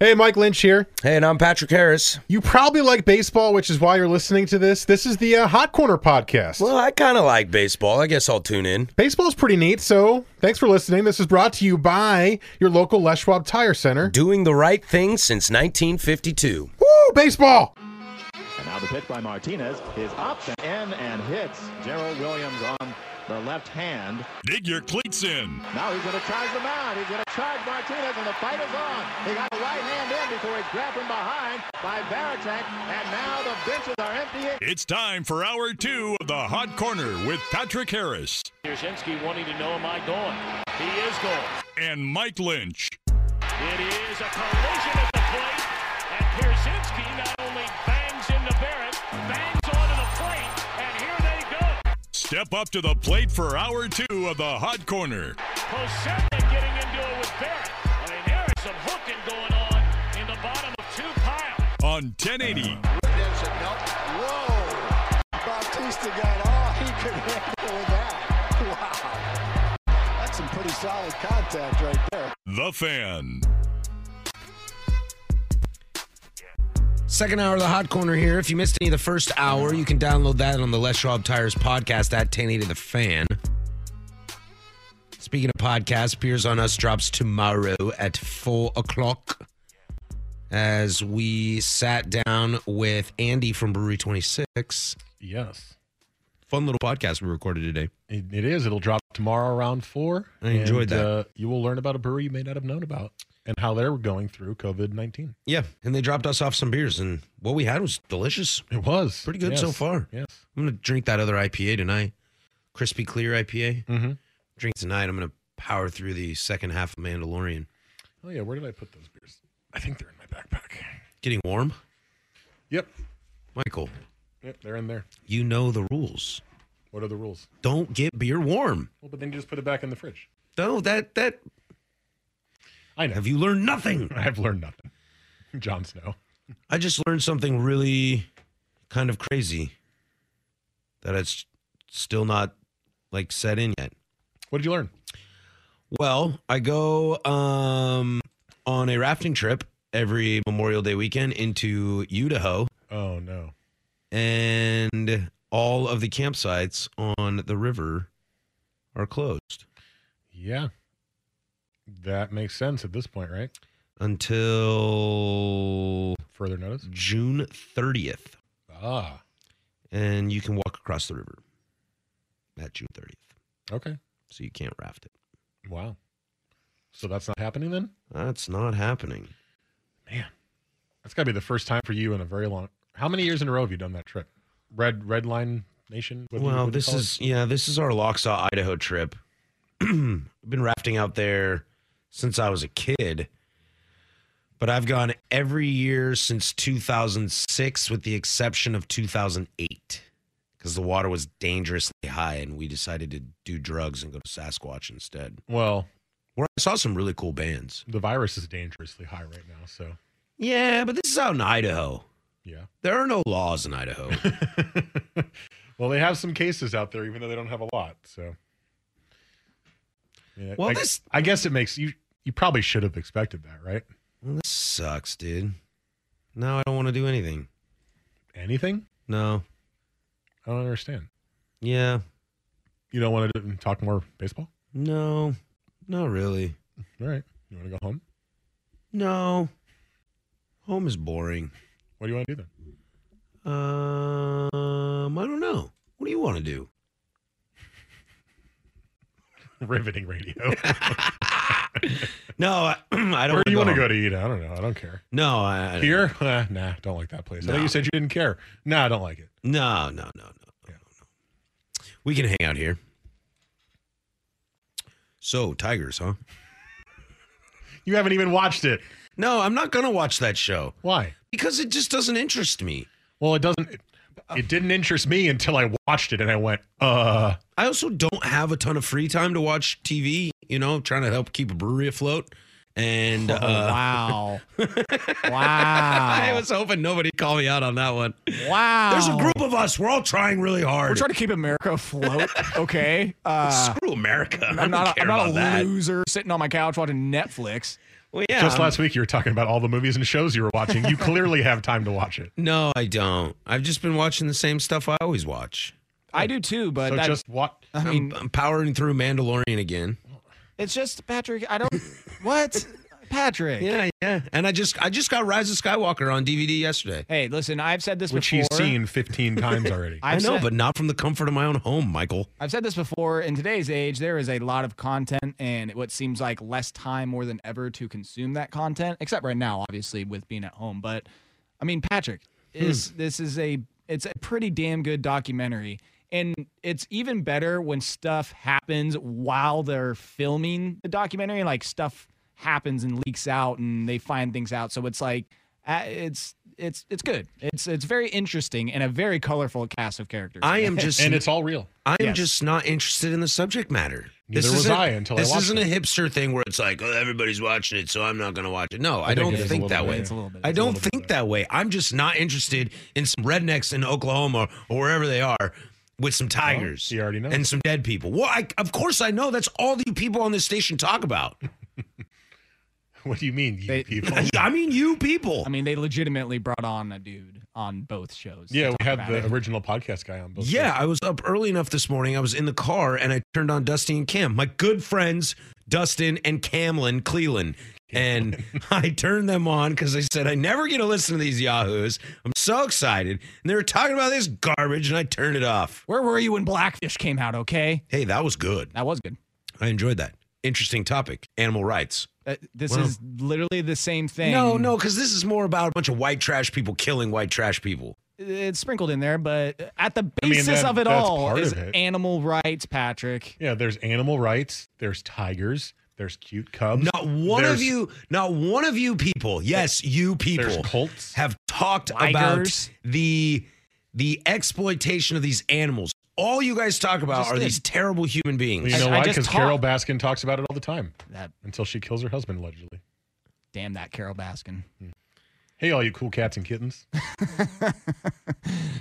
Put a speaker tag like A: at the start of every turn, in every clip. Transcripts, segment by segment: A: Hey, Mike Lynch here.
B: Hey, and I'm Patrick Harris.
A: You probably like baseball, which is why you're listening to this. This is the uh, Hot Corner podcast.
B: Well, I kind of like baseball. I guess I'll tune in.
A: Baseball's pretty neat, so thanks for listening. This is brought to you by your local Les Schwab Tire Center.
B: Doing the right thing since 1952.
A: Woo, baseball!
C: And now the pitch by Martinez is up and in and hits Gerald Williams on the left hand.
D: Dig your cleats in.
C: Now he's going to charge the mound. He's going to charge Martinez, and the fight is on. He got the right hand in before he's grabbed from behind by Baratek, and now the benches are empty.
D: It's time for hour two of the Hot Corner with Patrick Harris
E: Yashinsky wanting to know, am I going? He is going.
D: and Mike Lynch.
E: It is a collision at the plate, and Pierzynski not only bangs into Barrett, bangs onto the plate, and here they go.
D: Step up to the plate for hour two of the Hot Corner.
E: Posada getting into it with Barrett. I mean, there is some hooking going on in the bottom of two pile.
D: on 1080
F: Bautista got all he could handle with that. Wow. That's some pretty solid contact right there.
D: The Fan.
B: Second hour of the Hot Corner here. If you missed any of the first hour, you can download that on the Les Schwab Tires podcast at 1080 The Fan. Speaking of podcasts, Beers on Us drops tomorrow at 4 o'clock as we sat down with Andy from Brewery 26.
A: Yes,
B: Fun little podcast we recorded today.
A: it, it is. It'll drop tomorrow around four.
B: I enjoyed
A: and,
B: that.
A: Uh, you will learn about a brewery you may not have known about and how they're going through COVID 19.
B: Yeah, and they dropped us off some beers, and what we had was delicious.
A: It was
B: Pretty good so
A: Yes.
B: far.
A: Yes.
B: I'm gonna drink that other IPA tonight, crispy clear IPA.
A: Mm-hmm.
B: Drink tonight. I'm gonna power through the second half of Mandalorian.
A: Oh yeah, where did I put those beers? I think they're in my backpack.
B: Getting warm,
A: Yep,
B: Michael.
A: yep, they're in there.
B: You know the rules.
A: What are the rules?
B: Don't get beer warm.
A: Well, but then you just put it back in the fridge.
B: No, that that.
A: I know.
B: Have you learned nothing?
A: I've learned nothing. Jon Snow.
B: I just learned something really kind of crazy that it's still not like set in yet.
A: What did you learn?
B: Well, I go um, on a rafting trip every Memorial Day weekend into Idaho,
A: Oh no.
B: and all of the campsites on the river are closed
A: Yeah. That makes sense at this point, right?
B: until
A: Further notice.
B: June 30th,
A: Ah.
B: and you can walk across the river at June 30th,
A: Okay.
B: so you can't raft it.
A: Wow. So that's not happening then?
B: That's not happening.
A: Man. That's gotta be the first time for you in a very long how many years in a row have you done that trip? Red Red Line Nation? What do you-
B: well,
A: what do you
B: this
A: call it?
B: is yeah, this is our Locksaw, Idaho trip. I've been rafting out there since I was a kid, but I've gone every year since 2006, with the exception of 2008, because the water was dangerously high, and we decided to do drugs and go to Sasquatch instead.
A: Well,
B: Where I saw some really cool bands.
A: the virus is dangerously high right now, so
B: Yeah, but this is out in Idaho.
A: yeah.
B: There are no laws in Idaho.
A: well, they have some cases out there, even though they don't have a lot. So, Yeah,
B: Well,
A: I,
B: this-
A: I guess it makes you. You probably should have expected that, right?
B: well, this sucks, dude. Now I don't want to do anything.
A: Anything?
B: No.
A: I don't understand.
B: Yeah.
A: You don't want to do- talk more baseball?
B: No, not really.
A: All right. You want to go home?
B: No, Home is boring.
A: What do you want to do
B: then? Um, I don't know. What do you want to do?
A: Riveting radio.
B: no, I, I don't.
A: Where do you want to
B: home.
A: go to eat? I don't know. I don't care.
B: No, I, I don't-
A: Here? Eh, nah, don't like that place. I
B: No.
A: thought you said you didn't care. Nah, I don't like it.
B: No, no, no, no, no, no. We can hang out here. So tigers, huh?
A: You haven't even watched it.
B: No, I'm not gonna watch that show
A: Why?
B: because it just doesn't interest me.
A: Well, it doesn't. It, it didn't interest me until I watched it, and I went, "Uh,
B: I also don't have a ton of free time to watch TV. You know, trying to help keep a brewery afloat. And uh,
G: Oh, wow.
B: I
G: wow.
B: was hoping nobody called me out on that one.
G: Wow.
B: There's a group of us. We're all trying really hard.
G: We're trying to keep America afloat. Okay. Uh,
B: Screw America. I
G: I'm
B: don't
G: not. A,
B: care
G: I'm not a
B: about that.
G: loser sitting on my couch watching Netflix.
B: Well, yeah.
A: just
B: I'm-
A: last week you were talking about all the movies and shows you were watching. You clearly have time to watch it.
B: No, I don't. I've just been watching the same stuff I always watch.
G: I do too, but
A: So
G: that,
A: just what?
G: I
B: I
G: mean,
B: am I'm powering through Mandalorian again.
G: it's just Patrick. I don't. what, Patrick?
B: Yeah, yeah. And I just I just got Rise of Skywalker on DVD yesterday.
G: Hey, listen. I've said this
A: Which
G: before.
A: he's seen 15 times already.
B: i
G: I've
B: know,
G: said-
B: but not from the comfort of my own home, Michael.
G: I've said this before. In today's age, there is a lot of content and what seems like less time more than ever to consume that content, except right now, obviously, with being at home. But I mean, Patrick, is this is a it's a pretty damn good documentary. And it's even better when stuff happens while they're filming the documentary. Like stuff happens and leaks out, and they find things out. So it's like uh, it's it's it's good. It's it's very interesting and a very colorful cast of characters.
B: I am just
A: and it's all real.
B: I am
G: Yes.
B: just not interested in the subject matter.
A: Neither was
B: isn't-
A: I until I
B: this
A: watched
B: isn't
A: it.
B: a hipster thing where it's like oh, everybody's watching it, so I'm not going to watch it. No, I,
A: think
B: don't
A: it is a
B: think
A: little
B: that
A: bit,
B: way.
A: yeah.
G: It's a little bit.
B: I
G: It's a
B: don't
G: little bit
B: think that way. I'm just not interested in some rednecks in Oklahoma or wherever they are with some tigers
A: you already know.
B: and some dead people. Well, I, of course I know. That's all the people on this station talk about.
A: What do you mean, you
G: They-
A: people?
B: I mean, you people.
G: I mean, they legitimately brought on a dude on both shows. to
A: yeah, we
G: talk
A: had
G: about
A: the
G: it.
A: original podcast guy on. Both
B: Yeah, I was up early enough this morning. I was in the car and I turned on Dusty and Cam, my good friends, Dustin and Camlin Cleland. And I turned them on because I said, I never get to listen to these Yahoos. I'm so excited. And they were talking about this garbage and I turned it off.
G: Where were you when Blackfish came out? Okay,
B: Hey, that was good.
G: that was good.
B: I enjoyed that. Interesting topic animal rights.
G: Uh, this
B: Wow.
G: is literally the same thing.
B: No, no, because this is more about a bunch of white trash people killing white trash people.
G: it's sprinkled in there, but at the
A: I mean,
G: basis
A: that-
G: of it
A: that's
G: all
A: part
G: is
A: of it.
G: animal rights, Patrick.
A: Yeah, there's animal rights. There's tigers. There's cute cubs.
B: Not one of
A: There's-
B: you, not one of you people, yes, you
A: There's
B: people,
A: cults.
B: have talked
G: Tigers.
B: about the the exploitation of these animals. All you guys talk about
G: Just
B: are
G: did.
B: these terrible human
A: Well,
B: beings.
A: you know
G: I
A: why?
G: just
A: Because Carol
G: talked.
A: Baskin talks about it all the time
G: That
A: until she kills her husband allegedly.
G: damn that Carol Baskin.
A: Hey, all you cool cats and kittens!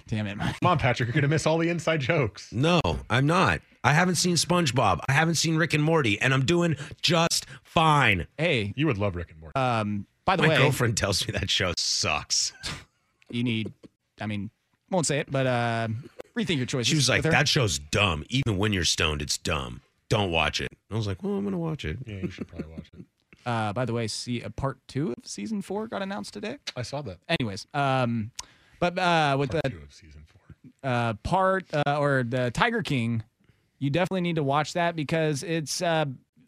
G: damn it, Mike.
A: Come on, Patrick, you're gonna miss all the inside jokes.
B: No, I'm not. I haven't seen SpongeBob. I haven't seen Rick and Morty, and I'm doing just fine.
G: Hey,
A: You would love Rick and Morty.
G: um, by the
B: My
G: way,
B: girlfriend tells me that show sucks.
G: you need. I mean, won't say it, but uh, rethink your choices.
B: She was like,
G: with her.
B: "That show's dumb. Even when you're stoned, it's dumb. Don't watch it." I was like, "Well, I'm gonna watch it."
A: yeah, you should probably watch it.
G: Uh, by the way, see, uh, part two of season four got announced today.
A: I saw that
G: anyways um but uh with
A: part
G: the
A: two of season four.
G: uh part uh, or the tiger king you definitely need to watch that because it's uh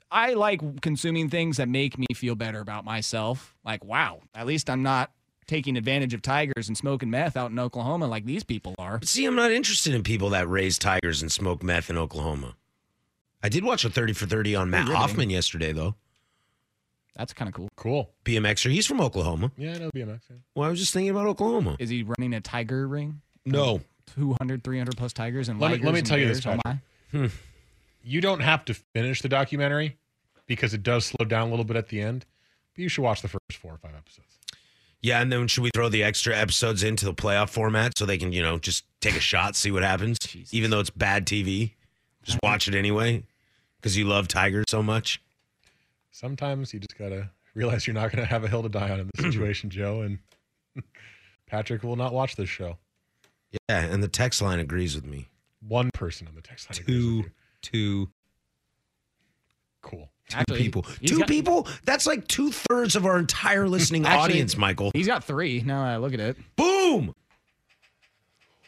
G: i like consuming things that make me feel better about myself like wow at least i'm not taking advantage of tigers and smoking meth out in oklahoma like these people are
B: But see, I'm not interested in people that raise tigers and smoke meth in Oklahoma. I did watch a 30 for 30 on Matt
G: really?
B: Hoffman yesterday, though.
G: that's kind of cool
A: Cool.
B: BMXer. He's from Oklahoma.
A: Yeah, I know BMX. Yeah.
B: Well, I was just thinking about Oklahoma. Um,
G: is he running a tiger ring
B: No.
G: 200 300 plus tigers and
A: Let me-
G: ligers
A: let me
G: and
A: tell you
G: bears?
A: this,
G: Oh,
A: Patrick.
G: my.
A: You don't have to finish the documentary because it does slow down a little bit at the end. But you should watch the first four or five episodes.
B: Yeah, and then should we throw the extra episodes into the playoff format so they can, you know, just take a shot, see what happens?
G: Jesus.
B: Even though it's bad TV, just watch it anyway because you love tigers so much.
A: Sometimes you just gotta realize you're not gonna have a hill to die on in this situation, Joe. And Patrick will not watch this show.
B: Yeah, and the text line agrees with me.
A: One person on the text line. agrees with
B: Two,
A: you.
B: two.
A: Cool.
B: Two
G: Actually,
B: people.
G: he's
B: Two
G: got-
B: people? That's like two thirds of our entire listening
G: Actually,
B: audience, Michael.
G: He's got three. Now that I look at it.
B: Boom.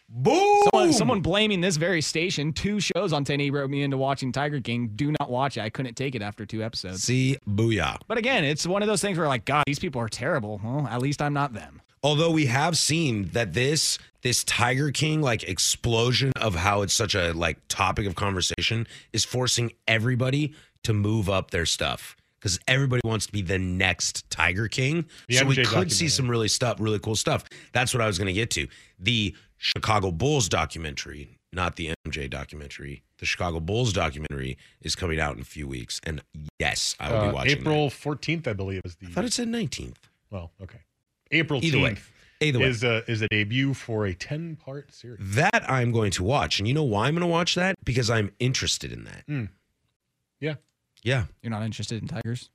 B: Boom.
G: Someone, someone blaming this very station. Two shows on 10E wrote me into watching Tiger King. Do not watch it. I couldn't take it after two episodes.
B: See, booyah.
G: But again, it's one of those things where like, God, these people are terrible. Well, at least I'm not them.
B: Although we have seen that this this Tiger King like explosion of how it's such a like topic of conversation is forcing everybody to move up their stuff because everybody wants to be the next Tiger King.
A: The
B: so we
A: MJ
B: could see
A: documentary.
B: some really stuff, really cool stuff. That's what I was going to get to. The Chicago Bulls documentary, not the MJ documentary. The Chicago Bulls documentary is coming out in a few weeks, and yes, I will
A: Uh,
B: be watching. that.
A: April 14th, I believe, is the.
B: I thought it said nineteenth.
A: Well, okay. April
B: Either
A: 10th
B: way. Either way.
A: is a is a debut for a 10 part series.
B: That I'm going to watch. And you know why I'm going to watch that? Because I'm interested in that.
A: Mm. Yeah.
B: Yeah.
G: You're not interested in tigers.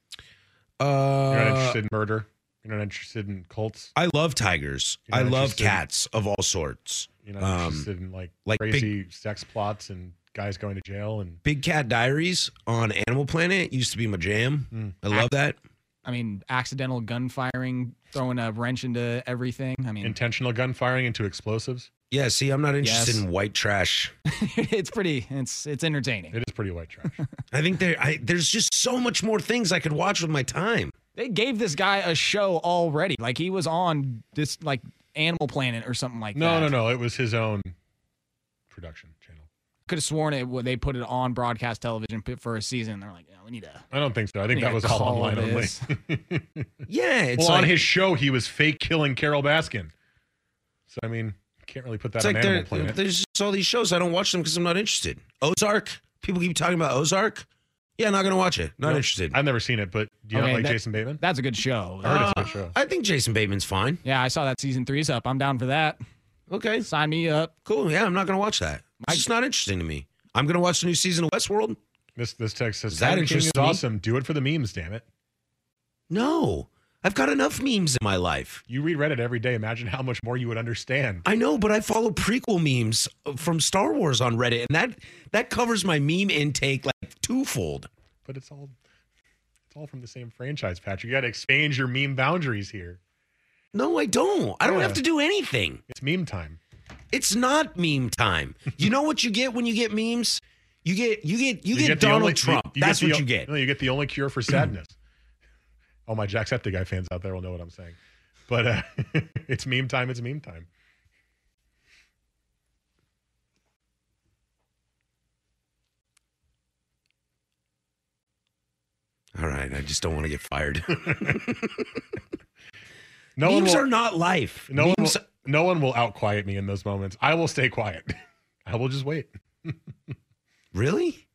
B: Uh,
A: You're not interested in murder. You're not interested in cults.
B: I love tigers.
A: You're
B: I
A: not
B: love
A: interested-
B: cats of all sorts.
A: You're not
B: Um,
A: interested in like,
B: like big-
A: crazy sex plots and guys going to jail and
B: Big Cat Diaries on Animal Planet used to be my jam.
A: Mm.
B: I love that.
G: I mean, accidental gun firing, throwing a wrench into everything. I mean,
A: intentional gunfiring into explosives.
B: Yeah, see, I'm not interested
G: Yes.
B: in white trash.
G: it's pretty. It's it's entertaining.
A: It is pretty white trash.
B: I think there I, there's just so much more things I could watch with my time.
G: They gave this guy a show already. Like he was on this like Animal Planet or something like
A: no,
G: that.
A: no, no. It was his own production channel.
G: Could have sworn it. They put it on broadcast television for a season. They're like, yeah, we need a
A: I don't think so. I think
G: Yeah,
A: that was all
G: call
A: online only.
G: this.
B: Yeah, it's
A: well, on
B: like-
A: his show, he was fake killing Carol Baskin. So I mean, can't really put that
B: It's
A: on
B: like
A: Animal
B: there,
A: Planet.
B: there's just all these shows. I don't watch them because I'm not interested. Ozark. People keep talking about Ozark. Yeah, not gonna watch it. Not
A: Nope.
B: interested.
A: I've never seen it, but do you
G: Okay,
A: not like
G: that-
A: Jason Bateman?
G: That's a good show.
A: I heard it's a
B: Uh,
A: good show.
B: I think Jason Bateman's fine.
G: Yeah, I saw that season three's up. I'm down for that.
B: Okay,
G: Sign me up.
B: cool. Yeah, I'm not gonna watch that. It's just not interesting to me. I'm gonna watch the new season of Westworld.
A: This this text says
B: Does that
A: Tiger King is
B: interest me?
A: awesome. Do it for the memes, damn it.
B: No, I've got enough memes in my life.
A: You read Reddit every day. Imagine how much more you would understand.
B: I know, but I follow prequel memes from Star Wars on Reddit, and that that covers my meme intake like twofold.
A: But it's all it's all from the same franchise, Patrick. You got to expand your meme boundaries here.
B: No, I don't. I don't
A: Yeah.
B: have to do anything.
A: It's meme time.
B: It's not meme time. You know what you get when you get memes? You get you get you, get,
A: the
B: Donald
A: only-
B: Trump.
A: get
B: That's
A: the
B: what
A: o-
B: you get.
A: No, you get the only cure for sadness. All my Jacksepticeye fans out there will know what I'm saying. But uh, it's meme time. It's meme time.
B: All right, I just don't want to get fired.
A: No
B: memes
A: one will,
B: are not life.
A: no one will,
B: memes,
A: no one will out quiet me in those moments. I will stay quiet. I will just wait.
B: really?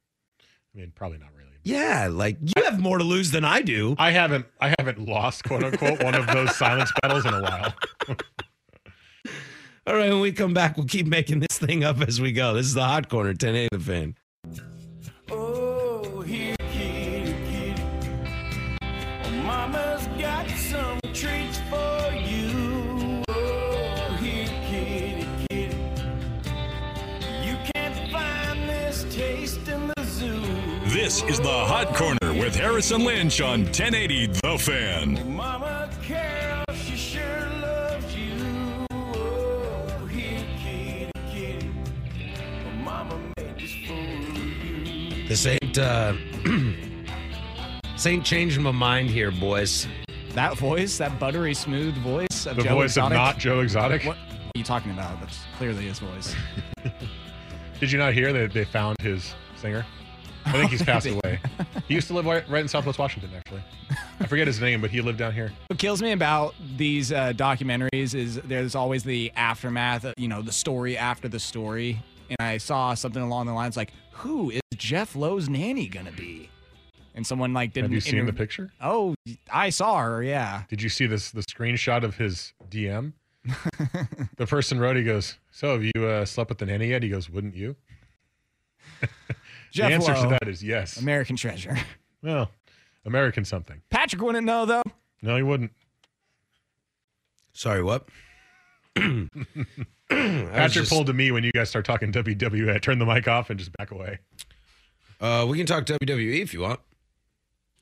A: I mean, probably not really.
B: Yeah, like you have more to lose than I do.
A: I haven't I haven't lost quote unquote one of those silence battles in a while.
B: All right, when we come back, we'll keep making this thing up as we go. This is the hot corner, 10 a the fan.
E: Oh, here, kitty, kitty. Oh, Mama's got some treats for you. Oh, here, kitty, kitty. You can't find this taste in the zoo.
D: This is the Hot Corner with Harrison Lynch on 1080 The Fan.
E: Oh, Mama Carol, she sure loves you. Oh, here, kitty, kitty. Oh, Mama made this for you.
B: This ain't uh this ain't changing my mind here, boys.
G: That voice, that buttery smooth voice of
A: The
G: Joe
A: voice
G: Exotic.
A: of not Joe Exotic.
G: What are you talking about? That's clearly his voice.
A: Did you not hear that they found his singer? I think he's passed away. He used to live right, right in Southwest Washington, actually. I forget his name, but he lived down here.
G: What kills me about these uh, documentaries is there's always the aftermath, uh, you know, the story after the story. And I saw something along the lines like, "Who is Jeff Lowe's nanny gonna be?" And someone like didn't.
A: Have you seen
G: interv-
A: the picture?
G: Oh, I saw her. Yeah.
A: Did you see this the screenshot of his DM? the person wrote, he goes, "So have you uh, slept with the nanny yet?" He goes, "Wouldn't you?"
G: Jeff
A: the answer
G: Lowe,
A: to that is yes.
G: American treasure.
A: well, American something.
G: Patrick wouldn't know though.
A: No, he wouldn't.
B: Sorry, what?
A: Patrick
B: just-
A: pulled to me when you guys start talking E. WWE. I turned the mic off and just back away.
B: Uh we can talk WWE if you E want.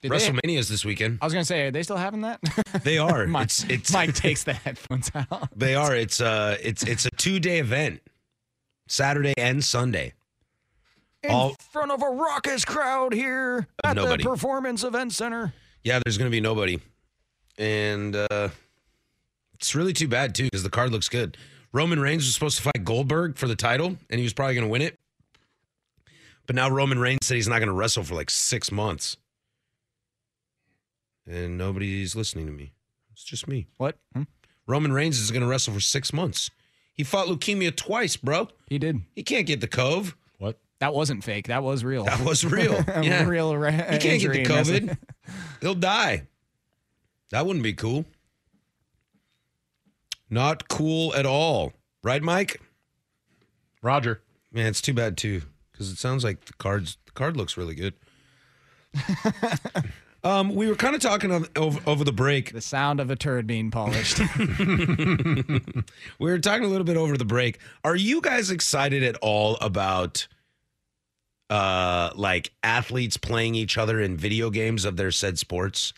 G: Did they-
B: WrestleMania is this weekend.
G: I was gonna say, are they still having that?
B: They are.
G: Mike,
B: it's it's
G: Mike takes the headphones out.
B: They are. It's uh it's it's a two day event. Saturday and Sunday.
G: In
B: All
G: front of a raucous crowd here at
B: Nobody.
G: the Performance Event Center.
B: yeah, there's gonna be nobody. And uh it's really too bad too, because the card looks good. Roman Reigns was supposed to fight Goldberg for the title, and he was probably gonna win it. But now Roman Reigns said he's not gonna wrestle for like six months. And nobody's listening to me. It's just me.
G: What? Hmm?
B: Roman Reigns is gonna wrestle for six months. He fought leukemia twice, bro.
G: He did.
B: He can't get the cove.
A: What?
G: That wasn't fake. That was real.
B: That was real. Yeah.
G: real. Ra-
B: He can't get
G: injury,
B: the
G: that's it.
B: COVID. He'll die. That wouldn't be cool. Not cool at all. Right, Mike?
A: Roger.
B: Man, it's too bad too, because it sounds like the cards the card looks really good. um, we were kind of talking on, over, over the break.
G: The sound of a turd being polished.
B: we were talking a little bit over the break. Are you guys excited at all about uh like athletes playing each other in video games of their said sports?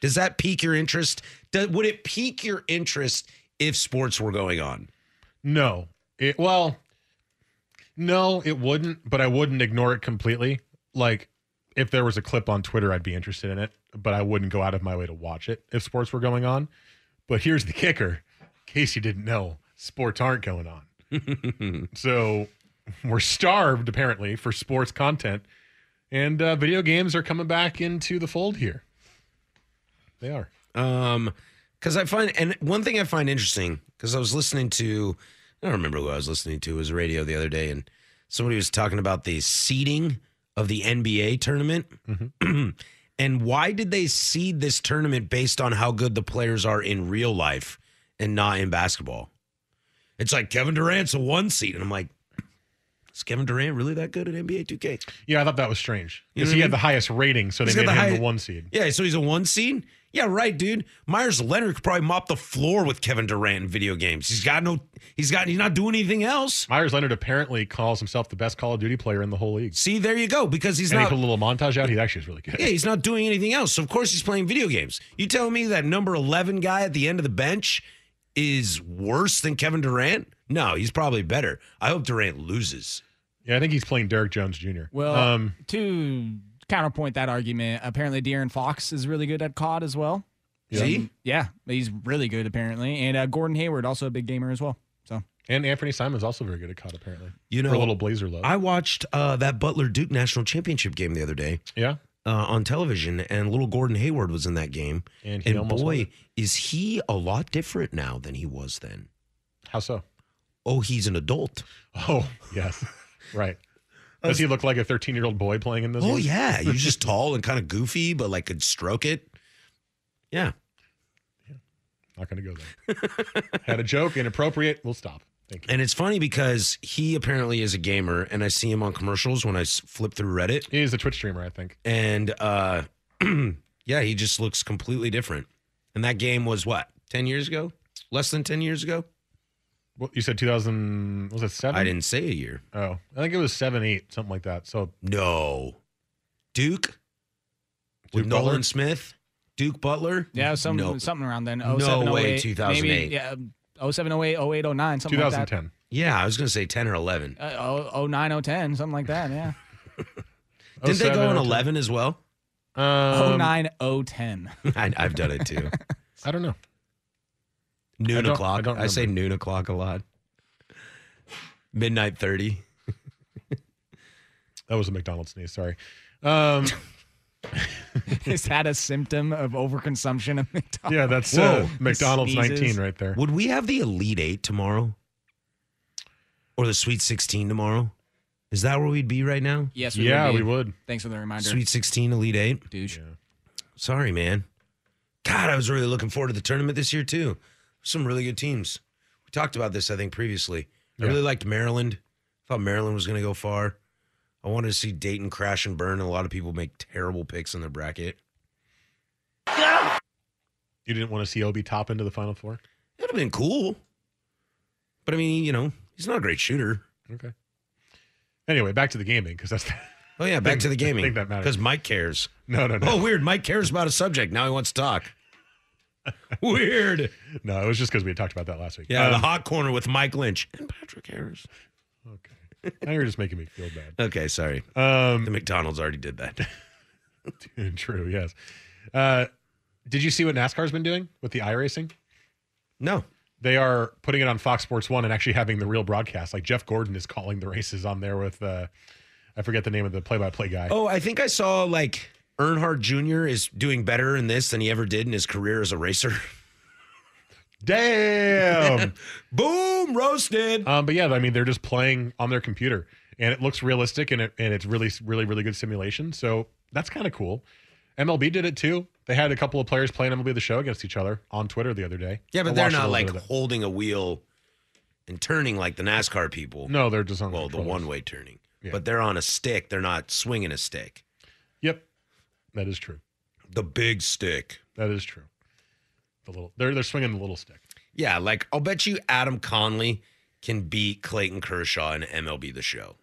B: Does that pique your interest? Do, would it pique your interest if sports were going on?
A: No. It, well, no, it wouldn't, but I wouldn't ignore it completely. Like, if there was a clip on Twitter, I'd be interested in it, but I wouldn't go out of my way to watch it if sports were going on. But here's the kicker in case you didn't know, sports aren't going on. So we're starved, apparently, for sports content. And uh, video games are coming back into the fold here. They are.
B: Um, because I find, and one thing I find interesting, because I was listening to, I don't remember who I was listening to, it was radio the other day, and somebody was talking about the seeding of the NBA tournament. and why did they seed this tournament based on how good the players are in real life and not in basketball? It's like Kevin Durant's a one seed, and I'm like, is Kevin Durant really that good at NBA 2K?
A: Yeah, I thought that was strange.
B: You know
A: Because he
B: what I mean?
A: had the highest rating, so they
B: He's
A: made
B: got
A: him
B: the
A: the
B: high-
A: one seed.
B: Yeah, so he's a one seed. Yeah, right, dude. Myers Leonard could probably mop the floor with Kevin Durant in video games. He's got no. He's got. He's not doing anything else.
A: Myers Leonard apparently calls himself the best Call of Duty player in the whole league.
B: See, there you go. Because he's
A: and
B: not.
A: he put a little montage out. He actually is really good.
B: yeah, he's not doing anything else. So of course he's playing video games. You telling me that number eleven guy at the end of the bench is worse than Kevin Durant? No, he's probably better. I hope Durant loses.
A: Yeah, I think he's playing Derek Jones Jr.
G: Well,
A: um,
G: to counterpoint that argument, apparently De'Aaron Fox is really good at COD as well.
B: See,
G: Yeah, he's really good apparently, and uh, Gordon Hayward also a big gamer as well. So
A: and Anthony Simon's also very good at COD, apparently.
B: you know,
A: for a little Blazer love.
B: I watched uh, that Butler Duke national championship game the other day.
A: yeah,
B: uh, on television, and little Gordon Hayward was in that game.
A: And
B: And,
A: he almost won
B: boy,
A: it.
B: is he a lot different now than he was then.
A: how so?
B: Oh, he's an adult.
A: Oh, yes, right. Does he look like a 13 year old boy playing in this?
B: Oh,
A: game?
B: yeah. He's just tall and kind of goofy, but like could stroke it. Yeah.
A: Not going to go there. Had a joke, inappropriate. We'll stop. Thank you.
B: And it's funny because he apparently is a gamer, and I see him on commercials when I s- flip through Reddit.
A: He's a Twitch streamer, I think.
B: And uh, yeah, he just looks completely different. And that game was what, 10 years ago? Less than 10 years ago?
A: Well, you said 2000? Was it seven?
B: I didn't say a year.
A: Oh, I think it was seven, eight, something like that. So
B: No. Duke? With
A: Duke
B: Nolan
A: Butler?
B: Smith? Duke Butler?
G: yeah, some
B: No.
G: something around then.
B: No
G: 07,
B: way,
G: 08,
B: 2008.
G: Maybe, yeah, 0708, 08, 09, something like that.
A: 2010.
B: Yeah, I was going to say 10 or 11.
G: Uh, oh- 09, 010, something like that.
B: Um,
G: Yeah.
A: Oh,
B: Didn't they go
A: 07, 10.
B: in 11 as well?
G: Oh
A: Um,
G: nine oh ten.
B: I, I've done it too.
A: I don't know. I
B: noon
A: don't- I
B: o'clock.
A: don't
B: I, say noon o'clock a lot. Midnight 30.
A: That was a McDonald's sneeze. Sorry. Um,
G: Is that a symptom of overconsumption of McDonald's?
A: yeah, that's
B: Whoa.
A: uh, McDonald's
G: Sneezes.
A: 19 right there.
B: Would we have the Elite Eight tomorrow? Or the Sweet 16 tomorrow? Is that where we'd be right now?
G: Yes, we
A: Yeah,
G: would be.
A: we would.
G: Thanks for the reminder,
B: Sweet 16, Elite Eight?
G: douche.
B: Sorry, man. God, I was really looking forward to the tournament this year too. Some really good teams. We talked about this, I think, previously. I
A: Yeah.
B: really liked Maryland. Thought Maryland was going to go far. I wanted to see Dayton crash and burn. A lot of people make terrible picks in their bracket.
A: You didn't want to see Obi top into the final four?
B: It would have been cool, but I mean, you know, he's not a great shooter.
A: Okay. Anyway, back to the gaming because that's
B: Oh yeah, back to the gaming.
A: think that matters.
B: because Mike cares.
A: No, no, no.
B: Oh, weird. Mike cares about a subject. Now he wants to talk. weird.
A: No, it was just because we had talked about that last week.
B: Yeah, the
A: Um,
B: hot corner with Mike Lynch and Patrick Harris.
A: now you're just making me feel bad.
B: Okay, sorry.
A: Um,
B: the McDonald's already did that.
A: True. Yes. Uh, did you see what NASCAR's been doing with the iRacing?
B: No.
A: They are putting it on Fox Sports One and actually having the real broadcast. Like Jeff Gordon is calling the races on there with, uh, I forget the name of the play-by-play guy.
B: Oh, I think I saw like Earnhardt Jr. is doing better in this than he ever did in his career as a racer.
A: Damn.
B: Boom, roasted.
A: Um, but yeah, I mean, they're just playing on their computer, and it looks realistic, and it, and it's really, really, really good simulation. So that's kind of cool. MLB did it too. They had a couple of players playing MLB the Show against each other on Twitter the other day.
B: Yeah,
A: I
B: but they're
A: watched a
B: not
A: little
B: like
A: bit of that.
B: holding a wheel and turning like the NASCAR people.
A: no, they're just on
B: well, the
A: controllers.
B: one way turning.
A: Yeah.
B: But they're on a stick. They're not swinging a stick.
A: Yep, that is true.
B: The big stick.
A: That is true. The little they're they're swinging the little stick.
B: Yeah, like I'll bet you Adam Conley can beat Clayton Kershaw in MLB The Show.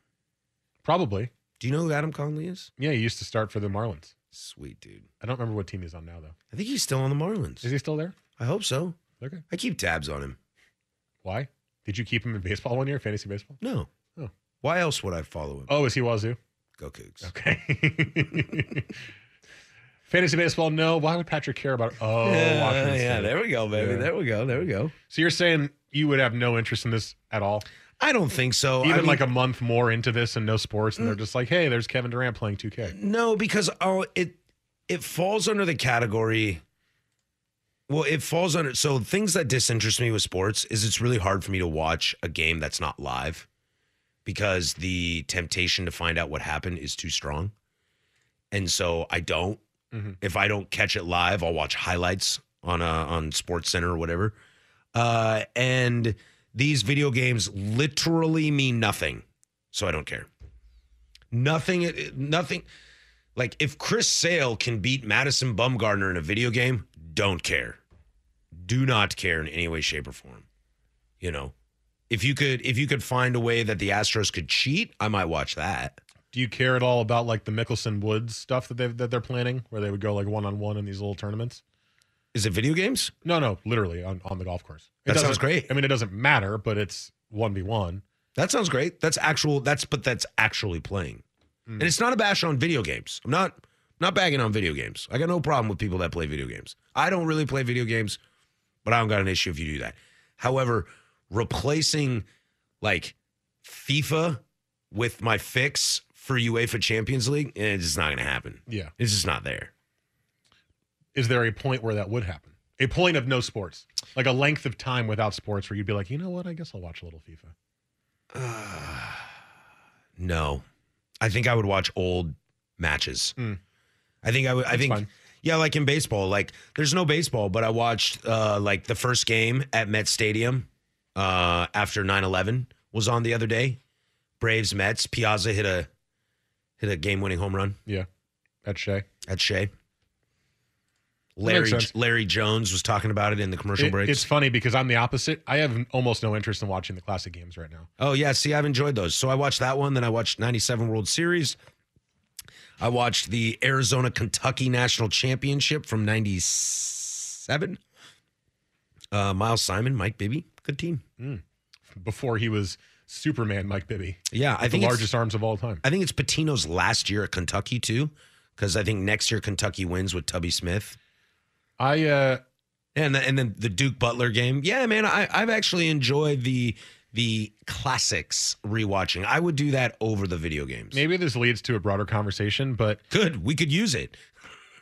A: Probably.
B: Do you know who Adam Conley is?
A: Yeah, he used to start for the Marlins.
B: Sweet dude.
A: I don't remember what team he's on now though.
B: I think he's still on the Marlins.
A: Is he still there?
B: I hope so.
A: Okay.
B: I keep tabs on him.
A: Why? Did you keep him in baseball one year, fantasy baseball?
B: No.
A: Oh.
B: Why else would I follow him?
A: Oh, is he Wazoo?
B: Go Cougs.
A: Okay. fantasy baseball, no. Why would Patrick care about? Oh,
B: yeah,
A: Washington
B: yeah,
A: State.
B: there we go, baby.
A: Yeah.
B: There we go. There we go.
A: So you're saying you would have no interest in this at all,
B: I don't think so.
A: even
B: I mean, Mm.
A: like a month more into this and no sports, and they're just like, hey, there's Kevin Durant playing 2K.
B: No, because oh, it it falls under the category. Well, it falls under so things that disinterest me with sports is it's really hard for me to watch a game that's not live because the temptation to find out what happened is too strong. And so I don't.
A: Mhm.
B: If I don't catch it live, I'll watch highlights on uh on Sports Center or whatever. Uh and these video games literally mean nothing. So I don't care. Nothing nothing like if Chris Sale can beat Madison Bumgarner in a video game, don't care. Do not care in any way, shape, or form. You know, if you could if you could find a way that the Astros could cheat, I might watch that.
A: Do you care at all about like the Mickelson Woods stuff that they that they're planning, where they would go like one on one in these little tournaments?
B: Is it video games?
A: No, no, literally on, on the golf course. It
B: That sounds
A: doesn't-
B: great.
A: I mean, it doesn't matter, but it's one v one.
B: That sounds great. That's actual that's but that's actually playing. And it's not a bash on video games. I'm not not bagging on video games. I got no problem with people that play video games. I don't really play video games, but I don't got an issue if you do that. However, replacing like FIFA with my fix for UEFA Champions League, eh, it's just not going to happen.
A: Yeah.
B: It's just not there.
A: Is there a point where that would happen? A point of no sports, like a length of time without sports, where you'd be like, you know what? I guess I'll watch a little FIFA.
B: No. I think I would watch old matches.
A: Mm.
B: I think I would. I
A: That's
B: think
A: fine.
B: yeah, like in baseball, like there's no baseball, but I watched uh like the first game at Met Stadium uh after 9/11 was on the other day. Braves Mets Piazza hit a hit a game-winning home run
A: Yeah, that's Shea.
B: at Shea.
A: makes
B: Larry
A: sense.
B: Larry Jones was talking about it in the commercial
A: It-
B: breaks.
A: it's funny because I'm the opposite. I have almost no interest in watching the classic games right now.
B: Oh yeah, see, I've enjoyed those. So I watched that one. Then I watched '97 World Series. I watched the Arizona Kentucky National Championship from '97. Uh, Miles Simon, Mike Bibby, good team.
A: Before he was Superman, Mike Bibby,
B: Yeah, I
A: the
B: think it's-
A: largest arms of all time.
B: I think it's Patino's last year at Kentucky too, because I think next year Kentucky wins with Tubby Smith.
A: I uh,
B: And the, and then the Duke Butler game. Yeah, man, I, I've actually enjoyed the the classics rewatching. I would do that over the video games.
A: maybe this leads to a broader conversation, but
B: Good, we could use it.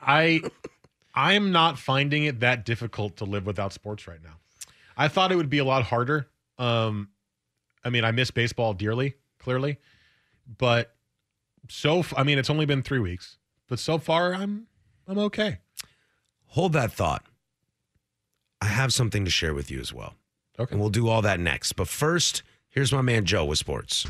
A: I I'm not finding it that difficult to live without sports right now. I thought it would be a lot harder. Um I mean, I miss baseball dearly, clearly, but so f- I mean, it's only been 3 weeks, but so far I'm I'm okay.
B: hold that thought. I have something to share with you as well.
A: Okay.
B: And we'll do all that next. But first, here's my man Joe with sports.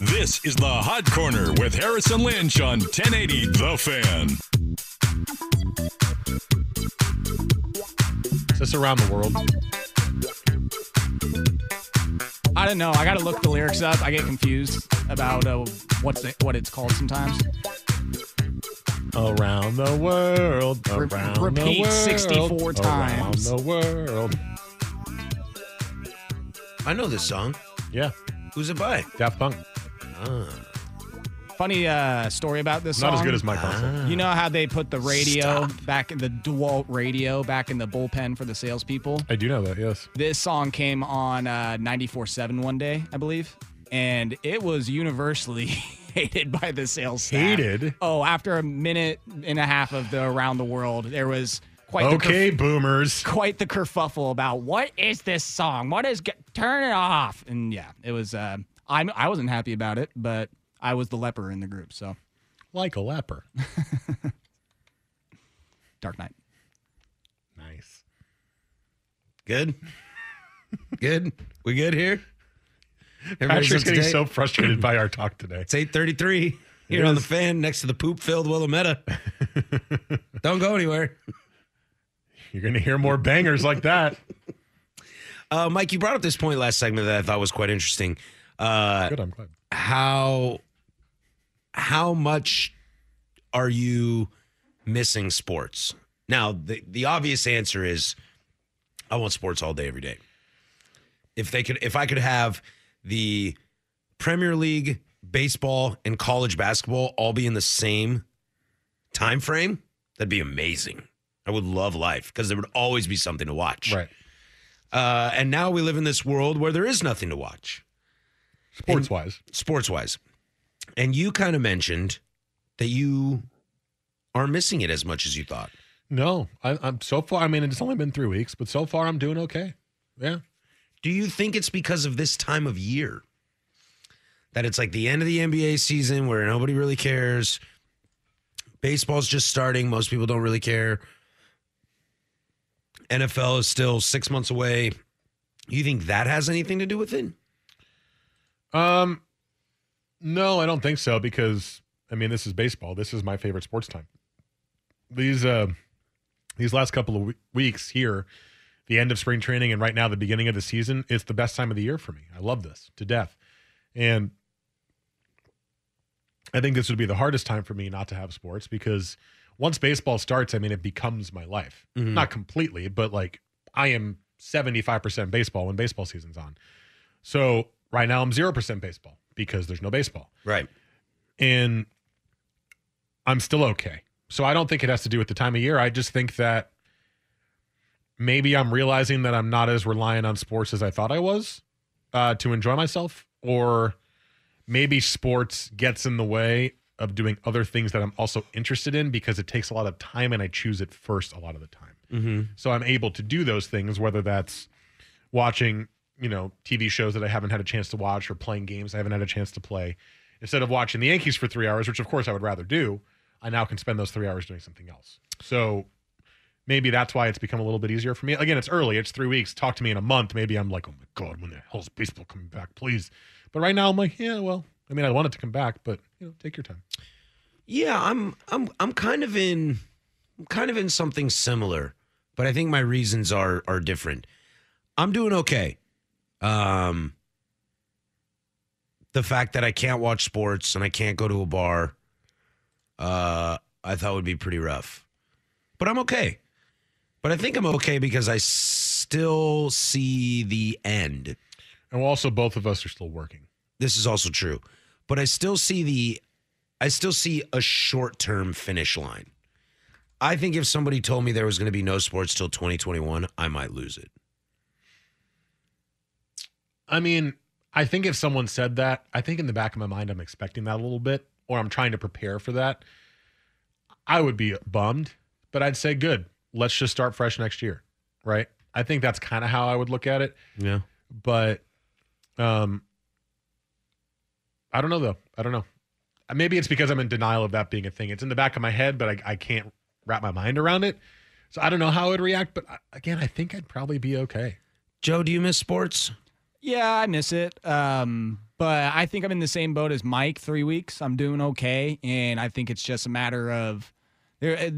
D: This is the Hot Corner with Harrison Lynch on 1080 The Fan.
A: Is this around the world?
G: I don't know. I gotta look the lyrics up. I get confused about uh, what's it, what it's called sometimes.
A: Around the world.
G: Re-
A: Around
G: repeat
A: the world,
G: 64 times.
A: Around the world.
B: I know this song.
A: Yeah.
B: Who's it by?
A: Daft Punk.
G: Funny uh, story about this
A: Not as
G: song.
A: good as Mike Russell.
G: You know how they put the radio back in the DeWalt radio back in the bullpen for the salespeople?
A: I do know that, yes.
G: This song came on uh, 94.7 one day, I believe, and it was universally hated by the sales staff.
A: Hated?
G: Oh, after a minute and a half of the Around the World, there was quite
A: Okay,
G: the kerf-
A: boomers.
G: quite the kerfuffle about what is this song? What is? G- turn it off! And yeah, it was. Uh, I'm I wasn't happy about it, but I was the leper in the group, so
A: Like a leper.
G: Dark Knight.
A: Nice.
B: Good. good. We good here? Everybody's
A: Patrick's
B: up to
A: getting
B: date?
A: so frustrated by our talk today.
B: It's 833 here
A: It
B: on the
A: is.
B: fan next to the poop filled Willamette. Don't go anywhere.
A: You're going to hear more bangers like that.
B: Uh, Mike, you brought up this point last segment that I thought was quite interesting. Uh,
A: Good, I'm glad.
B: how how much are you missing sports? Now, the the obvious answer is I want sports all day every day. If they could if I could have the Premier League, baseball and college basketball all be in the same time frame, that'd be amazing. I would love life because there would always be something to watch.
A: Right.
B: Uh, and now we live in this world where there is nothing to watch
A: Sports wise.
B: sports wise. And you kind of mentioned that you are missing it as much as you thought.
A: No, I, I'm so far. I mean, it's only been three weeks, but so far I'm doing okay. Yeah.
B: Do you think it's because of this time of year? That it's like the end of the NBA season where nobody really cares. Baseball's just starting. Most people don't really care. NFL is still six months away. You think that has anything to do with it?
A: Um, no, I don't think so because I mean this is baseball. This is my favorite sports time. These uh, these last couple of we- weeks here, the end of spring training and right now the beginning of the season, it's the best time of the year for me. I love this to death, and I think this would be the hardest time for me not to have sports because once baseball starts, I mean it becomes my life.
B: Mhm.
A: Not completely, but like I am seventy five percent baseball when baseball season's on. So right now I'm zero percent baseball because there's no baseball,
B: Right.
A: and I'm still okay. So I don't think it has to do with the time of year. I just think that maybe I'm realizing that I'm not as reliant on sports as I thought I was uh, to enjoy myself, or maybe sports gets in the way of doing other things that I'm also interested in because it takes a lot of time and I choose it first a lot of the time.
B: Mm-hmm.
A: So I'm able to do those things, whether that's watching, you know, TV shows that I haven't had a chance to watch or playing games I haven't had a chance to play. Instead of watching the Yankees for three hours, which of course I would rather do, I now can spend those three hours doing something else. So maybe that's why it's become a little bit easier for me. Again, it's early, it's three weeks. Talk to me in a month. Maybe I'm like, oh my God, when the hell's baseball coming back, please? But right now I'm like, yeah, well, I mean, I want it to come back, but you know, take your time.
B: Yeah, I'm I'm I'm kind of in I'm kind of in something similar, but I think my reasons are are different. I'm doing okay. Um the fact that I can't watch sports and I can't go to a bar uh I thought would be pretty rough. But I'm okay. But I think I'm okay because I still see the end.
A: And also, both of us are still working.
B: This is also true. But I still see the I still see a short-term finish line. I think if somebody told me there was going to be no sports till 2021, I might lose it.
A: I mean, I think if someone said that, I think in the back of my mind, I'm expecting that a little bit, or I'm trying to prepare for that. I would be bummed, but I'd say, good, let's just start fresh next year. Right. I think that's kind of how I would look at it.
B: Yeah.
A: But um, I don't know, though. I don't know. Uh, Maybe it's because I'm in denial of that being a thing. It's in the back of my head, but I, I can't wrap my mind around it. So I don't know how I would react. But I- again, I think I'd probably be okay.
B: Joe, do you miss sports?
G: Yeah, I miss it. Um, but I think I'm in the same boat as Mike. Three weeks, I'm doing okay, and I think it's just a matter of there. uh,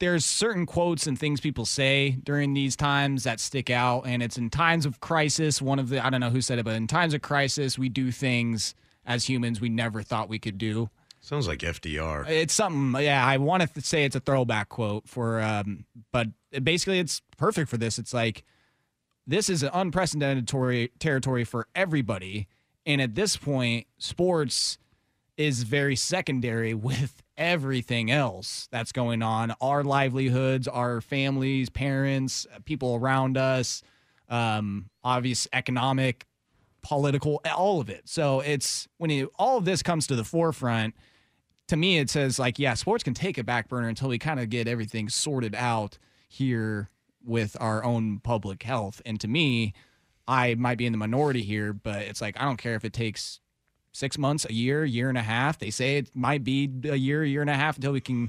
G: there's certain quotes and things people say during these times that stick out and it's in times of crisis one of the i don't know who said it but in times of crisis we do things as humans we never thought we could do
B: Sounds like FDR.
G: it's something yeah i want to say it's a throwback quote for um but basically it's perfect for this it's like this is an unprecedented tori- territory for everybody and at this point sports is very secondary with everything else that's going on our livelihoods our families parents uh, people around us um obvious economic political all of it so it's when you, all of this comes to the forefront to me it says like yeah sports can take a back burner until we kind of get everything sorted out here with our own public health and to me i might be in the minority here but it's like i don't care if it takes six months a year year and a half they say it might be a year year and a half until we can